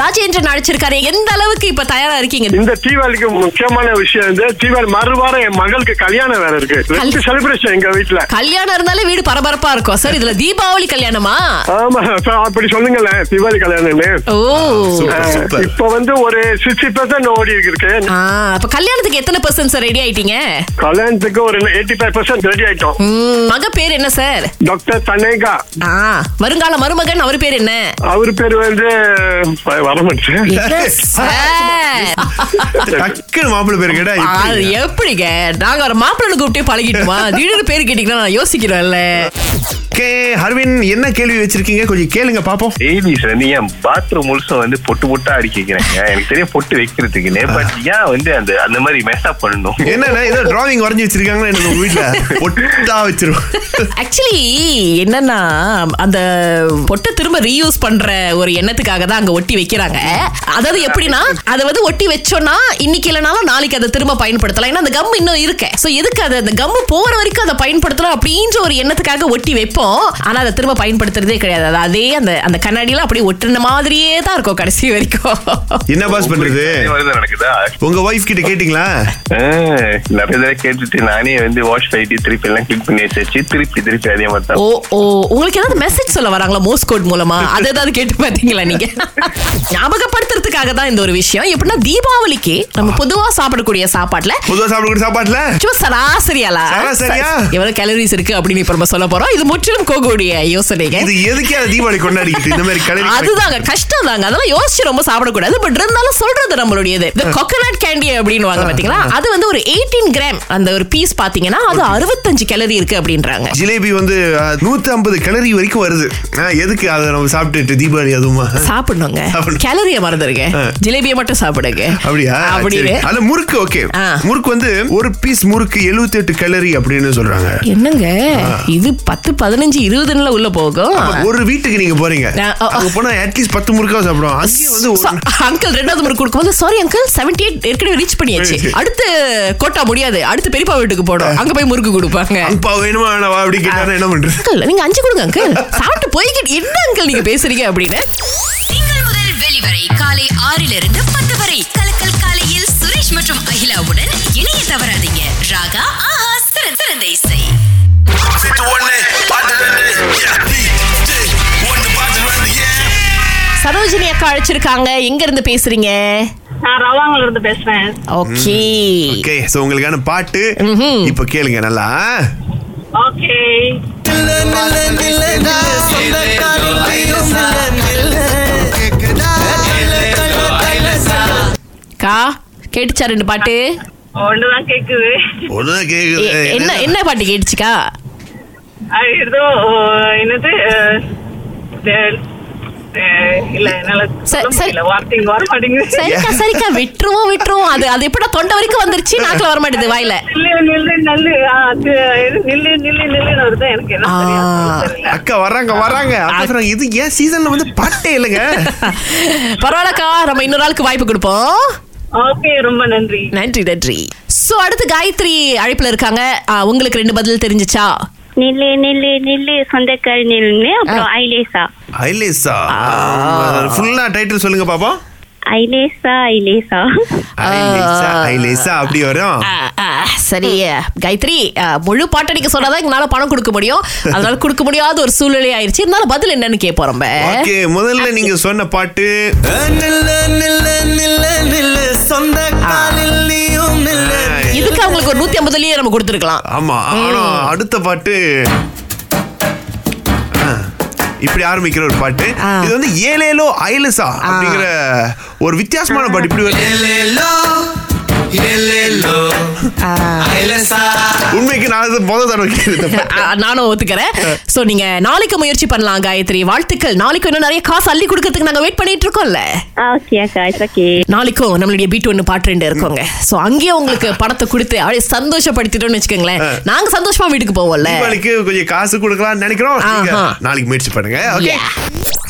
ராஜேந்திரன் அழைச்சிருக்காரு எந்த அளவுக்கு இப்ப தயாரா இருக்கீங்க இந்த தீபாவளிக்கு முக்கியமான விஷயம் வந்து தீபாவளி மறுவாரம் என் மகளுக்கு கல்யாணம் வேற இருக்கு ரெண்டு செலிப்ரேஷன் எங்க வீட்ல கல்யாணம் இருந்தாலே வீடு பரபரப்பா இருக்கும் சார் இதுல தீபாவளி கல்யாணமா ஆமா so அப்படி சொல்லுங்களேன் தீபாவளி கல்யாணம்னு ஓ ஆ, சூப்பர், சூப்பர். இப்ப வந்து ஒரு சிக்ஸ்டி பர்சன்ட் ஓடி இருக்கு ஆ, அப்ப கல்யாணத்துக்கு எத்தனை பர்சன்ட் சார் ரெடி ஆயிட்டீங்க கல்யாணத்துக்கு ஒரு எயிட்டி ஃபைவ் பர்சன்ட் ரெடி ஆயிட்டோம் ம், மக பேர் என்ன சார் டாக்டர் தனேகா ஆ வருங்கால மருமகன் அவர் பேர் என்ன அவர் பேர் வந்து வரமாட்டேன் சார் டக்குன்னு மாப்பிள்ளை பேர் கேட்டா அது எப்படி? எப்படிங்க நாங்க ஒரு மாப்பிள்ளை கூப்பிட்டே பழகிட்டுமா திடீர்னு பேர் கேட்டீங்கன்னா நான் யோசிக்கிறேன்ல கே ஹர்வின் என்ன கேள்வி வச்சிருக்கீங்க கொஞ்சம் கேளுங்க பாப்போம் பேபி சார் நீ ஏன் பாத்ரூம் முழுசும் வந்து பொட்டு பொட்டா அடிக்கிறீங்க எனக்கு தெரியும் பொட்டு வைக்கிறதுக்குன்னு பட் ஏன் வந்து அந்த அந்த மாதிரி மெஸ்அப் பண்ணணும் என்னன்னா ஏதோ டிராவிங் வரைஞ்சி வச்சிருக்காங்களா எனக்கு உங்க வீட்டுல ஒட்டா வச்சிருவோம் ஆக்சுவலி என்னன்னா அந்த பொட்டை திரும்ப ரீயூஸ் பண்ற ஒரு எண்ணத்துக்காக தான் அங்க ஒட்டி வைக்கிறாங்க அதாவது எப்படின்னா அதை வந்து ஒட்டி வச்சோம்னா இன்னைக்கு இல்லைனாலும் நாளைக்கு அதை திரும்ப பயன்படுத்தலாம் ஏன்னா அந்த கம் இன்னும் இருக்கு ஸோ எதுக்கு அதை அந்த கம்மு போற வரைக்கும் அதை பயன்படுத்தலாம் அப்படின்ற ஒரு எண்ணத்துக்காக ஒட்டி வைப்போம் ஆனா அதை திரும்ப பயன்படுத்துறதே கிடையாது அது அதே அந்த அந்த கண்ணாடியில அப்படியே ஒட்டுன மாதிரியே தான் இருக்கும் கடைசி வரைக்கும் என்ன பாஸ் பண்றது அதே மாதிரி தான் நடக்குதா உங்க ஒய்ஃப் கிட்ட கேட்டீங்களா ஆ, நிறைய தடவை கேட்டுட்டு நானே வந்து வாஷ் பண்ணிட்டு திருப்பி எல்லாம் கிளிக் பண்ணி வச்சு திருப்பி திருப்பி அதே மாதிரி தான் ஓ ஓ உங்களுக்கு ஏதாவது மெசேஜ் சொல்ல வராங்களா மோஸ் கோட் மூலமா அது ஏதாவது கேட்டு பார்த்தீங்களா நீங்க ஞாபகப்படுத்துறதுக்காக தான் இந்த ஒரு விஷயம் எப்படின்னா தீபாவளிக்கு நம்ம பொதுவா சாப்பிடக்கூடிய சாப்பாட்டுல பொதுவா சாப்பிடக்கூடிய சாப்பாட்டுல சும்மா சராசரியாலா சராசரியா? எவ்வளவு கேலரிஸ் இருக்கு அப்படின்னு இப்ப நம்ம சொல்ல போறோம் இது முற்றிலும் கோகோடைய யோசனைங்க இது எதுக்கே அதை தீபாவளி கொண்டாடிக்கிட்டு இந்த மாதிரி கலரி அதுதாங்க கஷ்டம் தாங்க அதெல்லாம் யோசிச்சு ரொம்ப சாப்பிடக்கூடாது பட் இருந்தாலும் சொல்றது நம்மளுடையது இந்த coconut கேண்டி அப்படின்னு வாங்க பாத்தீங்களா அது வந்து ஒரு 18 கிராம் அந்த ஒரு பீஸ் பாத்தீங்கன்னா அது அறுபத்தஞ்சு கேலரி இருக்கு அப்படின்றாங்க ஜிலேபி வந்து நூத்தி ஐம்பது கிளறி வரைக்கும் வருது ஆ, எதுக்கு அதை நம்ம சாப்பிட்டுட்டு தீபாவளி அதுவுமா சாப்பிடணுங்க சாப்பிடணும். கேலரிய மறந்துருங்க ஆ. ஜிலேபியை மட்டும் சாப்பிடுங்க அப்படியா அப்படின்னு சரி. அதுல முறுக்கு ஓகே ஆ. முறுக்கு வந்து ஒரு பீஸ் முறுக்கு 78 எட்டு கலரி அப்படின்னு சொல்றாங்க என்னங்க இது பத்து பதினஞ்சு இருபதுல உள்ள போகும் ஒரு வீட்டுக்கு நீங்க போறீங்க நான், ஓ, ஓ. அங்க போனா அட்லீஸ்ட் பத்து முறுக்கா சாப்பிடுவோம் அங்கேயே வந்து ஒரு So, அங்கிள் ரெண்டாவது முறை கொடுக்கும்போது சாரி அங்கிள் 78 எயிட் ஏற்கனவே ரீச் பண்ணியாச்சு சரி. அடுத்து கோட்டா முடியாது அடுத்து பெரியப்பா வீட்டுக்கு போடும் அங்க போய் முறுக்கு கொடுப்பாங்க அப்பா வேணுமா வேணாவா அப்படி கேட்டா என்ன பண்றது அங்கிள் நீங்க அஞ்சு கொடுங்க அங்கிள் சாப்பிட்டு போய்கிட்டு என்ன அங்கிள் நீங்க பேசுறீங்க அப்படின்னு திங்கள் முதல் வெளிவரை காலை ஆறிலிருந்து பத்து வரை கலக்கல் காலையில் சுரேஷ் மற்றும் அகிலாவுடன் இணைய தவறாதீங்க ராகா ஆஹா சிறந்த சிறந்த இசை சரோஜினி அக்கா அழைச்சிருக்காங்க எங்க இருந்து பேசுறீங்க நான் ரவாங்கல இருந்து பேசுறேன் ஓகே ஓகே சோ உங்களுக்கான பாட்டு இப்ப கேளுங்க நல்லா ஓகே கா கேட்டுச்சா ரெண்டு பாட்டு ஒண்ணுதான் கேக்குது ஒண்ணுதான் கேக்குது எ- என்ன என்ன பாட்டு கேட்டுச்சுக்கா அது ஏதோ அஹ், என்னது அஹ், அஹ், அஹ், இல்ல என்னால சரி, சொல்ல சரி. முடியல வார்த்தைங்க வர மாட்டேங்குது சரிக்கா சரிக்கா விட்டுருவோம் விட்டுருவோம் அது அது எப்படா தொண்டை வரைக்கும் வந்துருச்சு நாக்குல வர மாட்டேது வாயில நில்லு நில்லு நல்லு அது எது, நில்லு நில்லு நில்லுன்னு வருது எனக்கு என்ன சரியா சொல்ல தெரியல அக்கா வர்றாங்க வர்றாங்க அப்புறம் இது ஏன் சீசன்ல வந்து பாட்டே இல்லைங்க பரவாயில்லக்கா நம்ம இன்னொரு ஆளுக்கு வாய்ப்பு கொடுப்போம் ஓகே ரொம்ப நன்றி நன்றி நன்றி சோ அடுத்து காயத்ரி அழைப்புல இருக்காங்க ஆ, உங்களுக்கு ரெண்டு பதில் தெரிஞ்சுச்சா நில்லு நில்லு நில்லு சொந்தக்காரி நில்லுன்னு அப்புறம் ஐலேசா ஐலேசா ஃபுல்லா டைட்டில் சொல்லுங்க பாப்பா ஐலேசா ஐலேசா ஐலேசா ஐலேசா அப்படி வரும் ஆ, ஆ, சரி காயத்ரி ஆ, முழு பாட்டை நீங்க சொன்னாதான் எங்களால பணம் கொடுக்க முடியும் அதனால கொடுக்க முடியாத ஒரு சூழ்நிலை ஆயிருச்சு இருந்தாலும் பதில் என்னன்னு கேட்போம் ரொம்ப ஓகே முதல்ல நீங்க சொன்ன பாட்டு இதுக்கு அவங்களுக்கு ஒரு நூத்தி ஐம்பதுலயே நம்ம கொடுத்துருக்கலாம் ஆமா ஆனா அடுத்த பாட்டு ஆ, இப்படி ஆரம்பிக்கிற ஒரு பாட்டு ஆ. இது வந்து ஏலேலோ ஐலசா அப்படிங்கிற ஒரு வித்தியாசமான பாட்டு இப்படி வருது உண்மைக்கு நான் இது முதல் தடவை கேட்டேன் ஆ, நானும் ஒத்துக்கிறேன் சோ நீங்க நாளைக்கு முயற்சி பண்ணலாம் காயத்ரி வாழ்த்துக்கள் நாளைக்கு இன்னும் நிறைய காசு அள்ளி கொடுக்கறதுக்கு நாங்க வெயிட் பண்ணிட்டு இருக்கோம்ல ஓகே அக்கா இட்ஸ் ஓகே நாளைக்கும் நம்மளுடைய பீட் ஒன்று பாட்டு ரெண்டு இருக்கோங்க சோ அங்கேயே உங்களுக்கு படத்தை கொடுத்து அப்படியே சந்தோஷப்படுத்திட்டோம்னு வச்சுக்கோங்களேன் நாங்க சந்தோஷமா வீட்டுக்கு போவோம்ல தீபாவளிக்கு கொஞ்சம் காசு கொடுக்கலாம்னு நினைக்கிறோம் நீங்க ஆஹா. நாளைக்கு முயற்சி பண்ணுங்க ஓகே Yeah.